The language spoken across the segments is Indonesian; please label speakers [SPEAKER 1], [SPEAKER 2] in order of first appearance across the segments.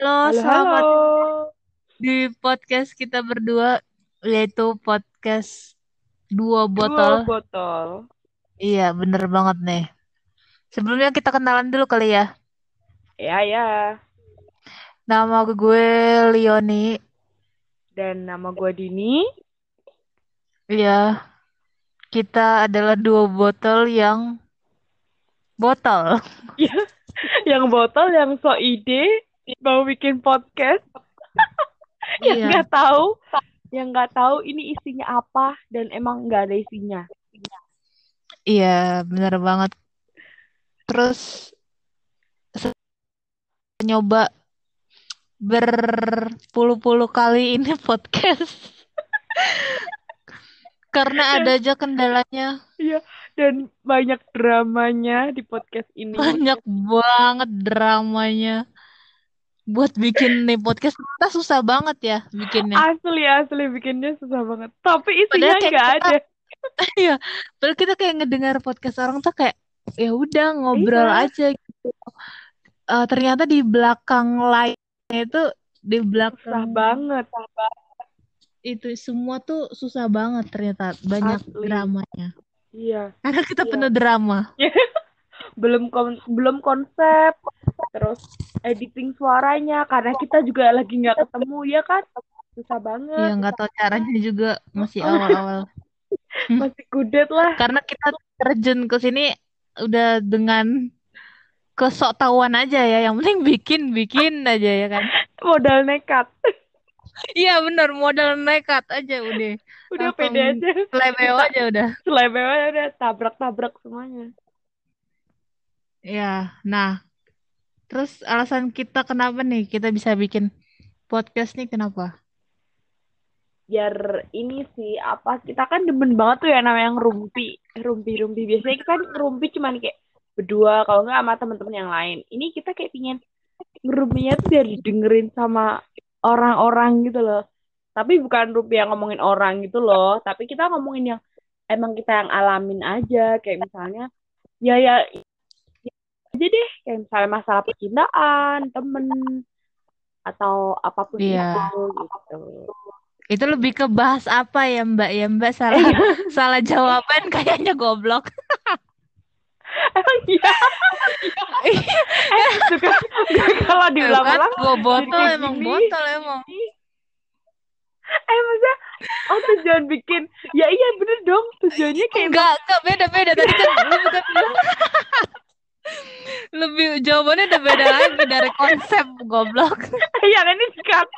[SPEAKER 1] Halo,
[SPEAKER 2] selamat
[SPEAKER 1] halo.
[SPEAKER 2] di podcast kita berdua, yaitu podcast Dua
[SPEAKER 1] Dua
[SPEAKER 2] Botol.
[SPEAKER 1] botol.
[SPEAKER 2] Iya, bener banget nih. Sebelumnya kita kenalan dulu kali ya.
[SPEAKER 1] Ya, ya.
[SPEAKER 2] Nama gue Lioni.
[SPEAKER 1] Dan nama gue Dini.
[SPEAKER 2] Iya, kita adalah dua botol yang botol.
[SPEAKER 1] Ya, yang botol, yang so ide. Mau bikin podcast. Yang
[SPEAKER 2] Iya,
[SPEAKER 1] nggak tahu. Yang nggak tahu ini isinya apa. Dan emang nggak ada isinya.
[SPEAKER 2] iya, bener banget. Terus se- nyoba berpuluh-puluh kali ini podcast. Karena
[SPEAKER 1] Dan,
[SPEAKER 2] ada aja kendalanya.
[SPEAKER 1] ya, dan banyak dramanya di podcast ini.
[SPEAKER 2] Banyak banget dramanya. Buat bikin nih podcast kita susah banget ya bikinnya.
[SPEAKER 1] Asli, asli. Bikinnya susah banget. Tapi isinya
[SPEAKER 2] Padahal kayak
[SPEAKER 1] nggak
[SPEAKER 2] kita,
[SPEAKER 1] ada.
[SPEAKER 2] ya, padahal kita kayak ngedengar podcast orang tuh kayak ya udah ngobrol
[SPEAKER 1] Iya.
[SPEAKER 2] aja gitu. Eh, ternyata di belakang layarnya itu di belakang
[SPEAKER 1] Susah banget.
[SPEAKER 2] itu semua tuh susah banget ternyata banyak
[SPEAKER 1] Asli.
[SPEAKER 2] dramanya.
[SPEAKER 1] Iya.
[SPEAKER 2] Karena kita penuh drama.
[SPEAKER 1] belum kon- belum konsep terus editing suaranya karena kita juga lagi nggak ketemu ya kan susah
[SPEAKER 2] Ya
[SPEAKER 1] banget
[SPEAKER 2] nggak tahu caranya juga masih
[SPEAKER 1] Heeh,
[SPEAKER 2] awal-awal. Hmm.
[SPEAKER 1] masih kudet lah
[SPEAKER 2] Karena kita terjun ke sini udah dengan kesoktahuan aja ya. Yang penting bikin-bikin aja ya kan.
[SPEAKER 1] modal nekat
[SPEAKER 2] Iya bener modal nekat aja udah
[SPEAKER 1] udah
[SPEAKER 2] langsung
[SPEAKER 1] pede aja
[SPEAKER 2] selebeo
[SPEAKER 1] kita
[SPEAKER 2] aja udah
[SPEAKER 1] selebewa udah tabrak-tabrak semuanya
[SPEAKER 2] ya nah terus alasan kita kenapa nih kita bisa bikin podcast nih kenapa
[SPEAKER 1] biar ini sih apa kita kan demen banget tuh ya namanya ngerumpi rumpi-rumpi biasanya kita kan ngerumpi cuman kayak berdua kalau nggak sama temen-temen yang lain ini kita kayak pingin ngerumpinya tuh biar didengerin sama orang-orang gitu loh tapi bukan rumpi yang ngomongin orang gitu loh tapi kita ngomongin yang emang kita yang alamin aja kayak misalnya ya ya aja deh kayak misalnya masalah percintaan temen atau apapun
[SPEAKER 2] iya
[SPEAKER 1] itu gitu
[SPEAKER 2] itu lebih ke bahas apa ya mbak ya mbak
[SPEAKER 1] eh
[SPEAKER 2] salah
[SPEAKER 1] ya
[SPEAKER 2] salah jawaban kayaknya goblok
[SPEAKER 1] emang iya
[SPEAKER 2] Oh, Iya
[SPEAKER 1] eh itu kan kalau
[SPEAKER 2] kan
[SPEAKER 1] diulang-ulang
[SPEAKER 2] gua
[SPEAKER 1] jadi
[SPEAKER 2] botol
[SPEAKER 1] kayak
[SPEAKER 2] emang
[SPEAKER 1] gini
[SPEAKER 2] botol emang
[SPEAKER 1] Iya. eh maksudnya oh tujuan bikin ya iya bener dong tujuannya kayak
[SPEAKER 2] enggak
[SPEAKER 1] emang
[SPEAKER 2] enggak beda beda tadi kan lu bukan bilang lebih jawabannya udah beda lagi dari konsep goblok
[SPEAKER 1] yang ini dikat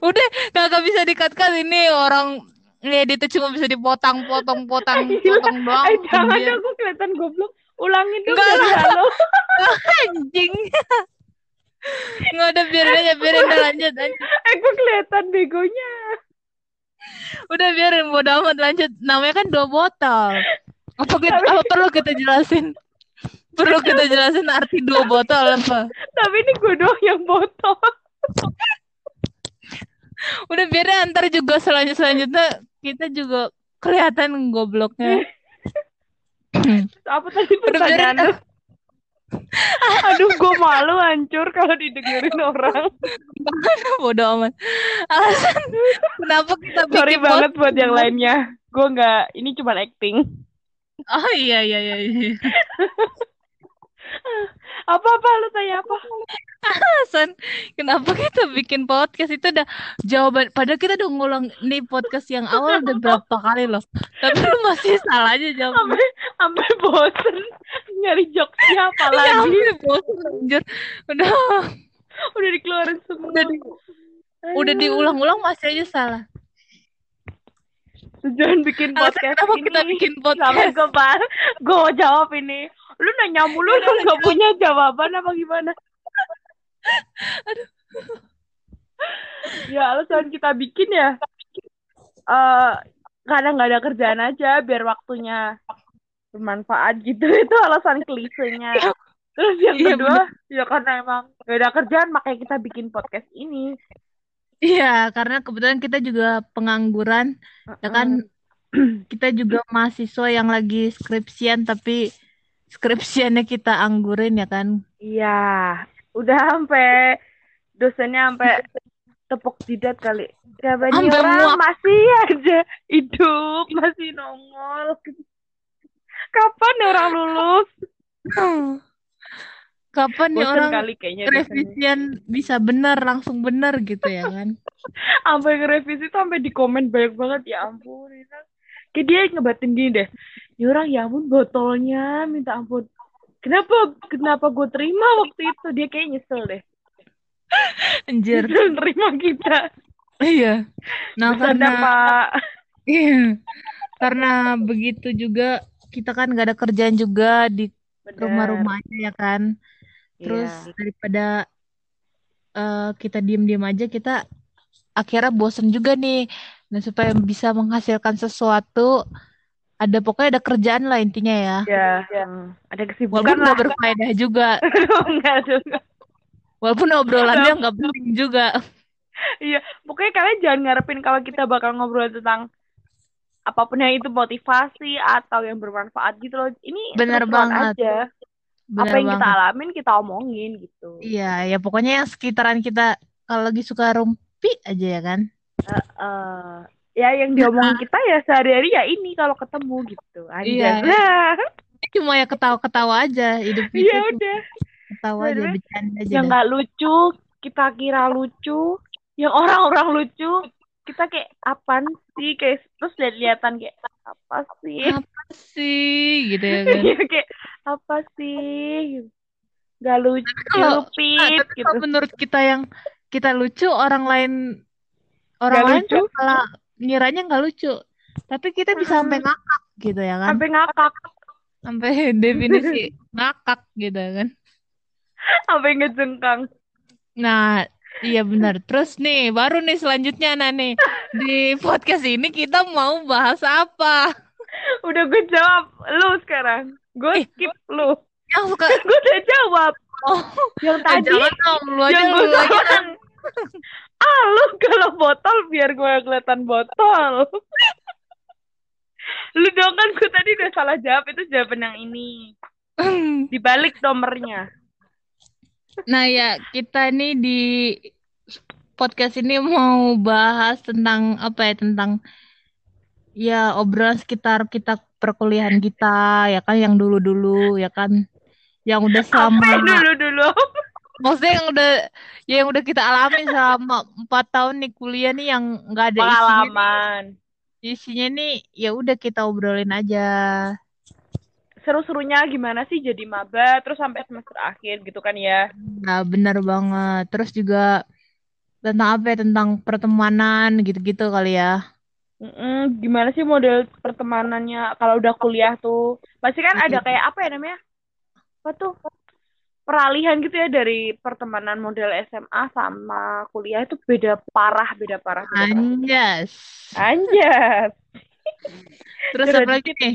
[SPEAKER 2] Udah kagak bisa dikat-kat ini orang ngedit tuh cuma bisa dipotong potong potong
[SPEAKER 1] Gila.
[SPEAKER 2] potong doang
[SPEAKER 1] Eh jangan
[SPEAKER 2] anjir.
[SPEAKER 1] dong, aku kelihatan goblok. Ulangin dong
[SPEAKER 2] iya. Enggak
[SPEAKER 1] dari
[SPEAKER 2] lah
[SPEAKER 1] halo.
[SPEAKER 2] anjing. Enggak udah biarin aja biarin udah lanjut lanjut.
[SPEAKER 1] Aku kelihatan begonya.
[SPEAKER 2] Udah biarin bodo amat lanjut. Namanya kan dua botol. Apa kita,
[SPEAKER 1] Tapi
[SPEAKER 2] apa perlu kita jelasin? Perlu kita
[SPEAKER 1] tapi
[SPEAKER 2] jelasin arti dua
[SPEAKER 1] tapi
[SPEAKER 2] botol apa?
[SPEAKER 1] tapi ini gue doang yang botol.
[SPEAKER 2] Udah biarin ntar juga selanjut selanjutnya kita juga kelihatan gobloknya.
[SPEAKER 1] Terus apa tadi
[SPEAKER 2] Udah biarin
[SPEAKER 1] pertanyaan
[SPEAKER 2] ntar
[SPEAKER 1] lu? Aduh, gue malu hancur kalau didengerin orang.
[SPEAKER 2] bodo amat. Alasan kenapa kita
[SPEAKER 1] Sorry
[SPEAKER 2] bikin
[SPEAKER 1] banget
[SPEAKER 2] podcast
[SPEAKER 1] buat yang
[SPEAKER 2] sebenarnya?
[SPEAKER 1] lainnya. Gue nggak, ini cuma acting.
[SPEAKER 2] Oh iya iya iya. iya.
[SPEAKER 1] Apa-apa lu tanya apa?
[SPEAKER 2] Alasan kenapa kita bikin podcast itu udah jawaban. Padahal kita udah ngulang nih podcast yang awal udah berapa kali loh. Tapi lu masih salah aja jawabnya.
[SPEAKER 1] Sampai sampai bosen nyari jokesnya apa
[SPEAKER 2] Iya
[SPEAKER 1] lagi?
[SPEAKER 2] ampun bosan anjir. Udah
[SPEAKER 1] Udah dikeluarin
[SPEAKER 2] udah
[SPEAKER 1] semua.
[SPEAKER 2] di- udah
[SPEAKER 1] Aduh,
[SPEAKER 2] diulang-ulang masih aja salah.
[SPEAKER 1] tujuan bikin
[SPEAKER 2] Alasan
[SPEAKER 1] podcast
[SPEAKER 2] kenapa kita
[SPEAKER 1] ini
[SPEAKER 2] bikin
[SPEAKER 1] sampai
[SPEAKER 2] podcast?
[SPEAKER 1] gue bahas gue mau jawab ini lu nanya mulu
[SPEAKER 2] Ya udah
[SPEAKER 1] lu
[SPEAKER 2] udah
[SPEAKER 1] nggak
[SPEAKER 2] jawab.
[SPEAKER 1] punya jawaban apa gimana
[SPEAKER 2] Aduh.
[SPEAKER 1] ya alasan kita bikin ya eh karena nggak ada kerjaan aja biar waktunya bermanfaat gitu itu alasan klisenya
[SPEAKER 2] Iya
[SPEAKER 1] terus yang
[SPEAKER 2] iya,
[SPEAKER 1] kedua
[SPEAKER 2] bener.
[SPEAKER 1] ya karena emang nggak ada kerjaan makanya kita bikin podcast ini
[SPEAKER 2] Iya karena kebetulan kita juga pengangguran. Ya kan
[SPEAKER 1] Heeh.
[SPEAKER 2] kita juga mahasiswa yang lagi skripsian tapi skripsiannya kita anggurin ya kan
[SPEAKER 1] iya udah sampai dosennya sampai tepuk jidat kali. Kapan
[SPEAKER 2] Sampai
[SPEAKER 1] orang
[SPEAKER 2] muak.
[SPEAKER 1] masih aja hidup, masih nongol. Kapan nih orang lulus?
[SPEAKER 2] Kapan ya
[SPEAKER 1] Mm. Bosen
[SPEAKER 2] orang
[SPEAKER 1] kali kayaknya dosennya.
[SPEAKER 2] revisian bisa benar langsung benar gitu ya kan?
[SPEAKER 1] sampai ngerevisi tuh sampai di komen banyak banget ya ampun Rina. kayak dia ngebatin gini deh ya orang ya ampun botolnya minta ampun kenapa kenapa gue terima waktu itu dia kayak nyesel deh
[SPEAKER 2] Anjir.
[SPEAKER 1] nyesel nerima kita
[SPEAKER 2] Iya. Nah,
[SPEAKER 1] Bercanda,
[SPEAKER 2] karena
[SPEAKER 1] Pak.
[SPEAKER 2] Iya. Karena begitu juga kita kan nggak ada kerjaan juga di
[SPEAKER 1] Bener.
[SPEAKER 2] rumah-rumahnya ya kan. Terus
[SPEAKER 1] Iya.
[SPEAKER 2] daripada eh, kita diem-diem aja kita akhirnya bosen juga nih. Nah, supaya bisa menghasilkan sesuatu ada pokoknya ada kerjaan lah intinya ya.
[SPEAKER 1] ya, ada kesibukan
[SPEAKER 2] Walaupun
[SPEAKER 1] lah
[SPEAKER 2] nggak berfaedah juga,
[SPEAKER 1] Enggak juga.
[SPEAKER 2] walaupun obrolannya nggak penting juga.
[SPEAKER 1] pokoknya kalian jangan ngarepin kalau kita bakal ngobrol tentang apapun yang itu motivasi atau yang bermanfaat gitu loh ini
[SPEAKER 2] Bener
[SPEAKER 1] terus-terusan
[SPEAKER 2] banget.
[SPEAKER 1] aja apa
[SPEAKER 2] Bener
[SPEAKER 1] yang kita
[SPEAKER 2] banget.
[SPEAKER 1] alamin kita omongin gitu
[SPEAKER 2] Iya, ya pokoknya yang sekitaran kita kalau lagi suka rumpi aja ya kan.
[SPEAKER 1] eh ya yang diomongin kita ya sehari-hari ya ini kalau ketemu gitu aja
[SPEAKER 2] Ah. Iya. Cuma ya ketawa-ketawa aja hidup
[SPEAKER 1] ya
[SPEAKER 2] kita tuh.
[SPEAKER 1] udah
[SPEAKER 2] ketawa aja
[SPEAKER 1] Bener.
[SPEAKER 2] bercanda aja
[SPEAKER 1] yang
[SPEAKER 2] dah.
[SPEAKER 1] nggak lucu kita kira lucu yang orang-orang lucu kita kayak apaan sih kayak terus lihat-lihatan kayak apa sih
[SPEAKER 2] apa sih gitu ya kan
[SPEAKER 1] Iya, kayak apa sih Gitu. nggak lucu
[SPEAKER 2] kalau- Ah,
[SPEAKER 1] lupit
[SPEAKER 2] tapi
[SPEAKER 1] gitu
[SPEAKER 2] kalau menurut kita yang kita lucu orang lain orang
[SPEAKER 1] Nggak
[SPEAKER 2] lain
[SPEAKER 1] lucu.
[SPEAKER 2] malah ngiranya nggak lucu tapi kita bisa sampai ngakak gitu ya kan
[SPEAKER 1] sampai ngakak
[SPEAKER 2] sampai definisi ngakak gitu ya kan
[SPEAKER 1] sampai ngejengkang
[SPEAKER 2] nah iya benar terus nih baru nih selanjutnya nah nih di podcast ini kita mau bahas apa
[SPEAKER 1] udah gue jawab lu sekarang gue
[SPEAKER 2] Ih.
[SPEAKER 1] skip lu
[SPEAKER 2] yang suka
[SPEAKER 1] gue udah jawab
[SPEAKER 2] Eh. Oh.
[SPEAKER 1] yang
[SPEAKER 2] Ah,
[SPEAKER 1] tadi
[SPEAKER 2] jangan dong lu aja
[SPEAKER 1] yang
[SPEAKER 2] lu
[SPEAKER 1] gue
[SPEAKER 2] aja
[SPEAKER 1] kan ah lu kalau botol biar gue kelihatan botol lu dong kan gue tadi udah salah jawab itu jawaban yang ini dibalik nomornya
[SPEAKER 2] Nah ya, kita nih di podcast ini mau bahas tentang apa ya, tentang ya obrolan sekitar kita perkuliahan kita, ya kan yang dulu-dulu, ya kan yang udah
[SPEAKER 1] apa
[SPEAKER 2] selama,
[SPEAKER 1] dulu dulu
[SPEAKER 2] maksudnya yang udah ya yang udah kita alami selama empat tahun nih kuliah nih yang nggak ada isinya nih.
[SPEAKER 1] pengalaman
[SPEAKER 2] Isinya nih ya udah kita obrolin aja.
[SPEAKER 1] seru-serunya gimana sih jadi maba terus sampai semester akhir gitu kan ya
[SPEAKER 2] Nah, benar banget. Terus juga tentang apa ya, tentang pertemanan gitu-gitu kali ya.
[SPEAKER 1] Mm-mm, gimana sih model pertemanannya kalau udah kuliah tuh pasti kan ada kayak apa ya namanya apa tuh peralihan gitu ya dari pertemanan model SMA sama kuliah itu beda parah beda parah beda parah.
[SPEAKER 2] Anjas.
[SPEAKER 1] anjas
[SPEAKER 2] Terus
[SPEAKER 1] Terus
[SPEAKER 2] apa lagi nih?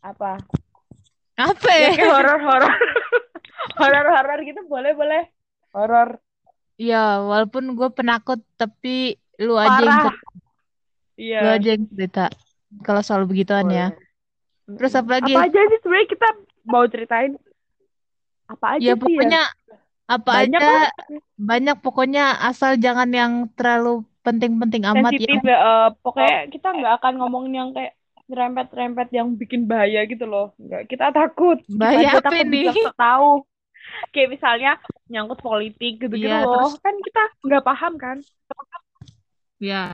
[SPEAKER 1] apa
[SPEAKER 2] Apa
[SPEAKER 1] ya
[SPEAKER 2] ya?
[SPEAKER 1] kayak horor horor horor horor gitu boleh boleh horor
[SPEAKER 2] Ya, walaupun gue penakut, tapi lu aja yang
[SPEAKER 1] parah
[SPEAKER 2] cer- lu
[SPEAKER 1] iya
[SPEAKER 2] aja yang cerita. Kalau soal begituan ya.
[SPEAKER 1] Boleh.
[SPEAKER 2] Terus apa lagi?
[SPEAKER 1] Apa aja sih sebenarnya kita mau ceritain? Apa aja
[SPEAKER 2] Ya
[SPEAKER 1] sih
[SPEAKER 2] pokoknya apa
[SPEAKER 1] Banyak
[SPEAKER 2] aja
[SPEAKER 1] lah.
[SPEAKER 2] banyak pokoknya asal jangan yang terlalu penting-penting amat ya. Oh.
[SPEAKER 1] sensitif ya. eh, pokoknya kita nggak akan ngomongin yang kayak rempet-rempet yang bikin bahaya gitu loh. Nggak, kita takut.
[SPEAKER 2] Bahaya
[SPEAKER 1] Kita
[SPEAKER 2] apa
[SPEAKER 1] takut
[SPEAKER 2] nih?
[SPEAKER 1] bisa tahu. Kayak misalnya nyangkut politik gitu-gitu
[SPEAKER 2] Iya,
[SPEAKER 1] loh.
[SPEAKER 2] terus-
[SPEAKER 1] Kan kita nggak paham kan.
[SPEAKER 2] Ya,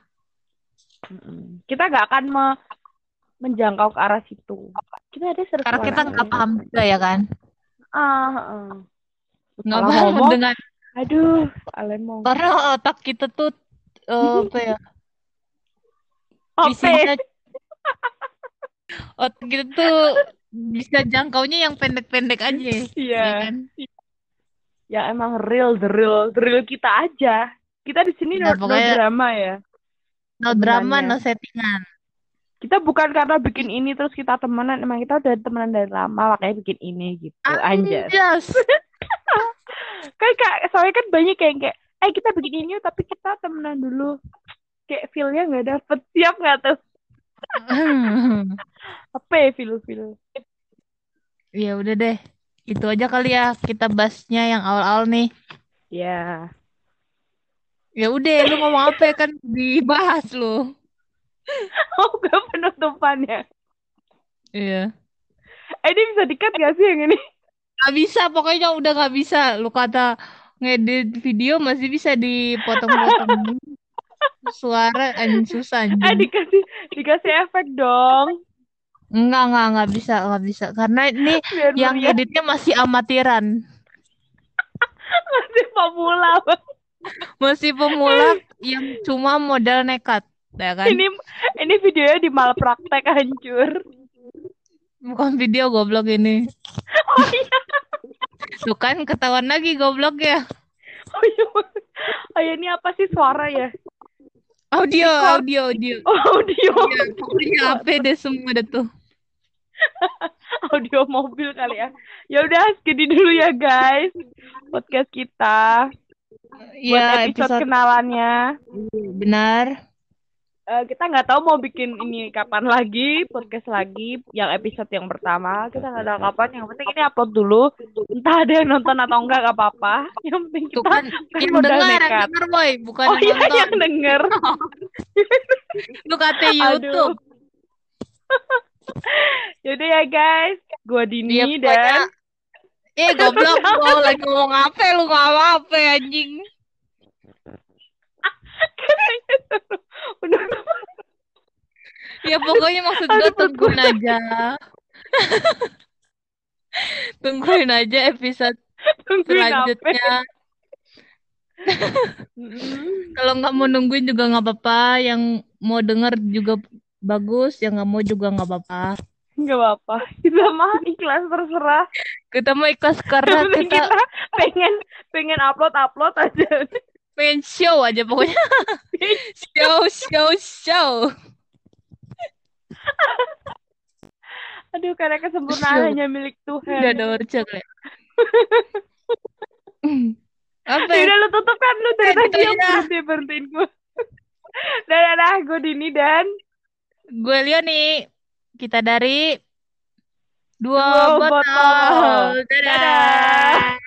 [SPEAKER 1] Kita nggak akan me- menjangkau ke arah situ. Kita ada
[SPEAKER 2] karena
[SPEAKER 1] seru-seruan
[SPEAKER 2] kita nggak
[SPEAKER 1] aja.
[SPEAKER 2] paham juga ya kan.
[SPEAKER 1] Ah, ah.
[SPEAKER 2] Nggak
[SPEAKER 1] Kalau
[SPEAKER 2] paham
[SPEAKER 1] ngomong,
[SPEAKER 2] dengan
[SPEAKER 1] aduh, kalian mau
[SPEAKER 2] karena otak kita tuh eh, apa ya?
[SPEAKER 1] Oke.
[SPEAKER 2] Isinya otak kita tuh bisa jangkaunya yang pendek-pendek aja. ya
[SPEAKER 1] Iya.
[SPEAKER 2] kan?
[SPEAKER 1] ya emang real the real the real kita aja kita di sini
[SPEAKER 2] Nah,
[SPEAKER 1] no, no
[SPEAKER 2] pokoknya-
[SPEAKER 1] drama ya
[SPEAKER 2] No drama,
[SPEAKER 1] Sebenarnya.
[SPEAKER 2] no settingan.
[SPEAKER 1] kita bukan karena bikin ini terus kita temenan emang kita udah temenan dari lama makanya bikin ini gitu
[SPEAKER 2] Ah,
[SPEAKER 1] anjir
[SPEAKER 2] Anjas.
[SPEAKER 1] kan kak soalnya kan banyak yang kayak eh kita bikin ini yuk, tapi kita temenan dulu kayak feelnya nggak dapet siap nggak tuh apa ya feel feel
[SPEAKER 2] Ya udah deh. Itu aja kali ya kita bahasnya yang awal-awal nih.
[SPEAKER 1] ya
[SPEAKER 2] Ya udah, lu ngomong apa ya kan dibahas lu.
[SPEAKER 1] Oh, gak penutupannya.
[SPEAKER 2] Iya.
[SPEAKER 1] Eh, ini bisa dikat gak sih yang ini?
[SPEAKER 2] Gak bisa, pokoknya udah gak bisa. Lu kata ngedit video masih bisa dipotong-potong. Suara anjing susah
[SPEAKER 1] Eh,
[SPEAKER 2] anjing.
[SPEAKER 1] dikasih dikasih efek dong.
[SPEAKER 2] Enggak, enggak, enggak bisa, enggak bisa. Karena ini
[SPEAKER 1] Biar
[SPEAKER 2] yang
[SPEAKER 1] melihat
[SPEAKER 2] editnya masih amatiran.
[SPEAKER 1] masih pemula.
[SPEAKER 2] Masih pemula yang cuma modal nekat, ya kan?
[SPEAKER 1] Ini ini videonya di malpraktek hancur.
[SPEAKER 2] Bukan video goblok ini.
[SPEAKER 1] Oh iya,
[SPEAKER 2] Lu kan ketahuan lagi goblok ya.
[SPEAKER 1] oh iya. Oh iya, ini apa sih suara ya?
[SPEAKER 2] Audio, audio, audio.
[SPEAKER 1] Oh, audio.
[SPEAKER 2] Ya, pokoknya HP deh semua deh tuh.
[SPEAKER 1] Audio mobil kali ya. Ya udah, segini dulu ya guys. Podcast kita
[SPEAKER 2] Ya,
[SPEAKER 1] buat episode,
[SPEAKER 2] episode
[SPEAKER 1] kenalannya.
[SPEAKER 2] benar.
[SPEAKER 1] Eh, kita nggak tahu mau bikin ini kapan lagi podcast lagi yang episode yang pertama kita nggak tahu kapan yang penting ini upload dulu entah ada yang nonton atau enggak nggak apa-apa yang penting
[SPEAKER 2] Tuh
[SPEAKER 1] kita
[SPEAKER 2] kan,
[SPEAKER 1] kan
[SPEAKER 2] yang
[SPEAKER 1] modal
[SPEAKER 2] dengar, yang
[SPEAKER 1] nekat
[SPEAKER 2] dengar boy, bukan
[SPEAKER 1] oh iya
[SPEAKER 2] yang nonton.
[SPEAKER 1] yang denger
[SPEAKER 2] Lu kata
[SPEAKER 1] aduh
[SPEAKER 2] YouTube.
[SPEAKER 1] yaudah ya guys gua Dini
[SPEAKER 2] Iya, pokoknya.
[SPEAKER 1] dan
[SPEAKER 2] Eh, goblok, gua lagi ngomong apa? ya? Lu ngomong apa anjing?
[SPEAKER 1] udah
[SPEAKER 2] Ya pokoknya maksud gue
[SPEAKER 1] Aduh, perut
[SPEAKER 2] tungguin aja. Tungguin aja episode
[SPEAKER 1] tungguin apa
[SPEAKER 2] selanjutnya.
[SPEAKER 1] Mm-mm.
[SPEAKER 2] Kalau nggak mau nungguin juga nggak apa-apa. Yang mau denger juga bagus, yang nggak mau juga nggak apa-apa.
[SPEAKER 1] nggak apa-apa kita mah ikhlas terserah
[SPEAKER 2] Kita mau ikhlas karena
[SPEAKER 1] yang penting
[SPEAKER 2] kita
[SPEAKER 1] kita pengen pengen upload upload aja
[SPEAKER 2] pengen show aja pokoknya. Show, show, show.
[SPEAKER 1] aduh karena kesempurnaan
[SPEAKER 2] Show.
[SPEAKER 1] hanya milik Tuhan
[SPEAKER 2] Udah ada orcel ya. Apa
[SPEAKER 1] Ya
[SPEAKER 2] ya?
[SPEAKER 1] udah lu tutup kan lu
[SPEAKER 2] Eh,
[SPEAKER 1] dari tadi
[SPEAKER 2] gitu
[SPEAKER 1] yang
[SPEAKER 2] ya.
[SPEAKER 1] berhenti berhentiin gue. Dadah dadah gue Dini dan
[SPEAKER 2] Gue Leoni. Kita dari Dua
[SPEAKER 1] Dua Botol.
[SPEAKER 2] Botol. Dadah.
[SPEAKER 1] Dadah.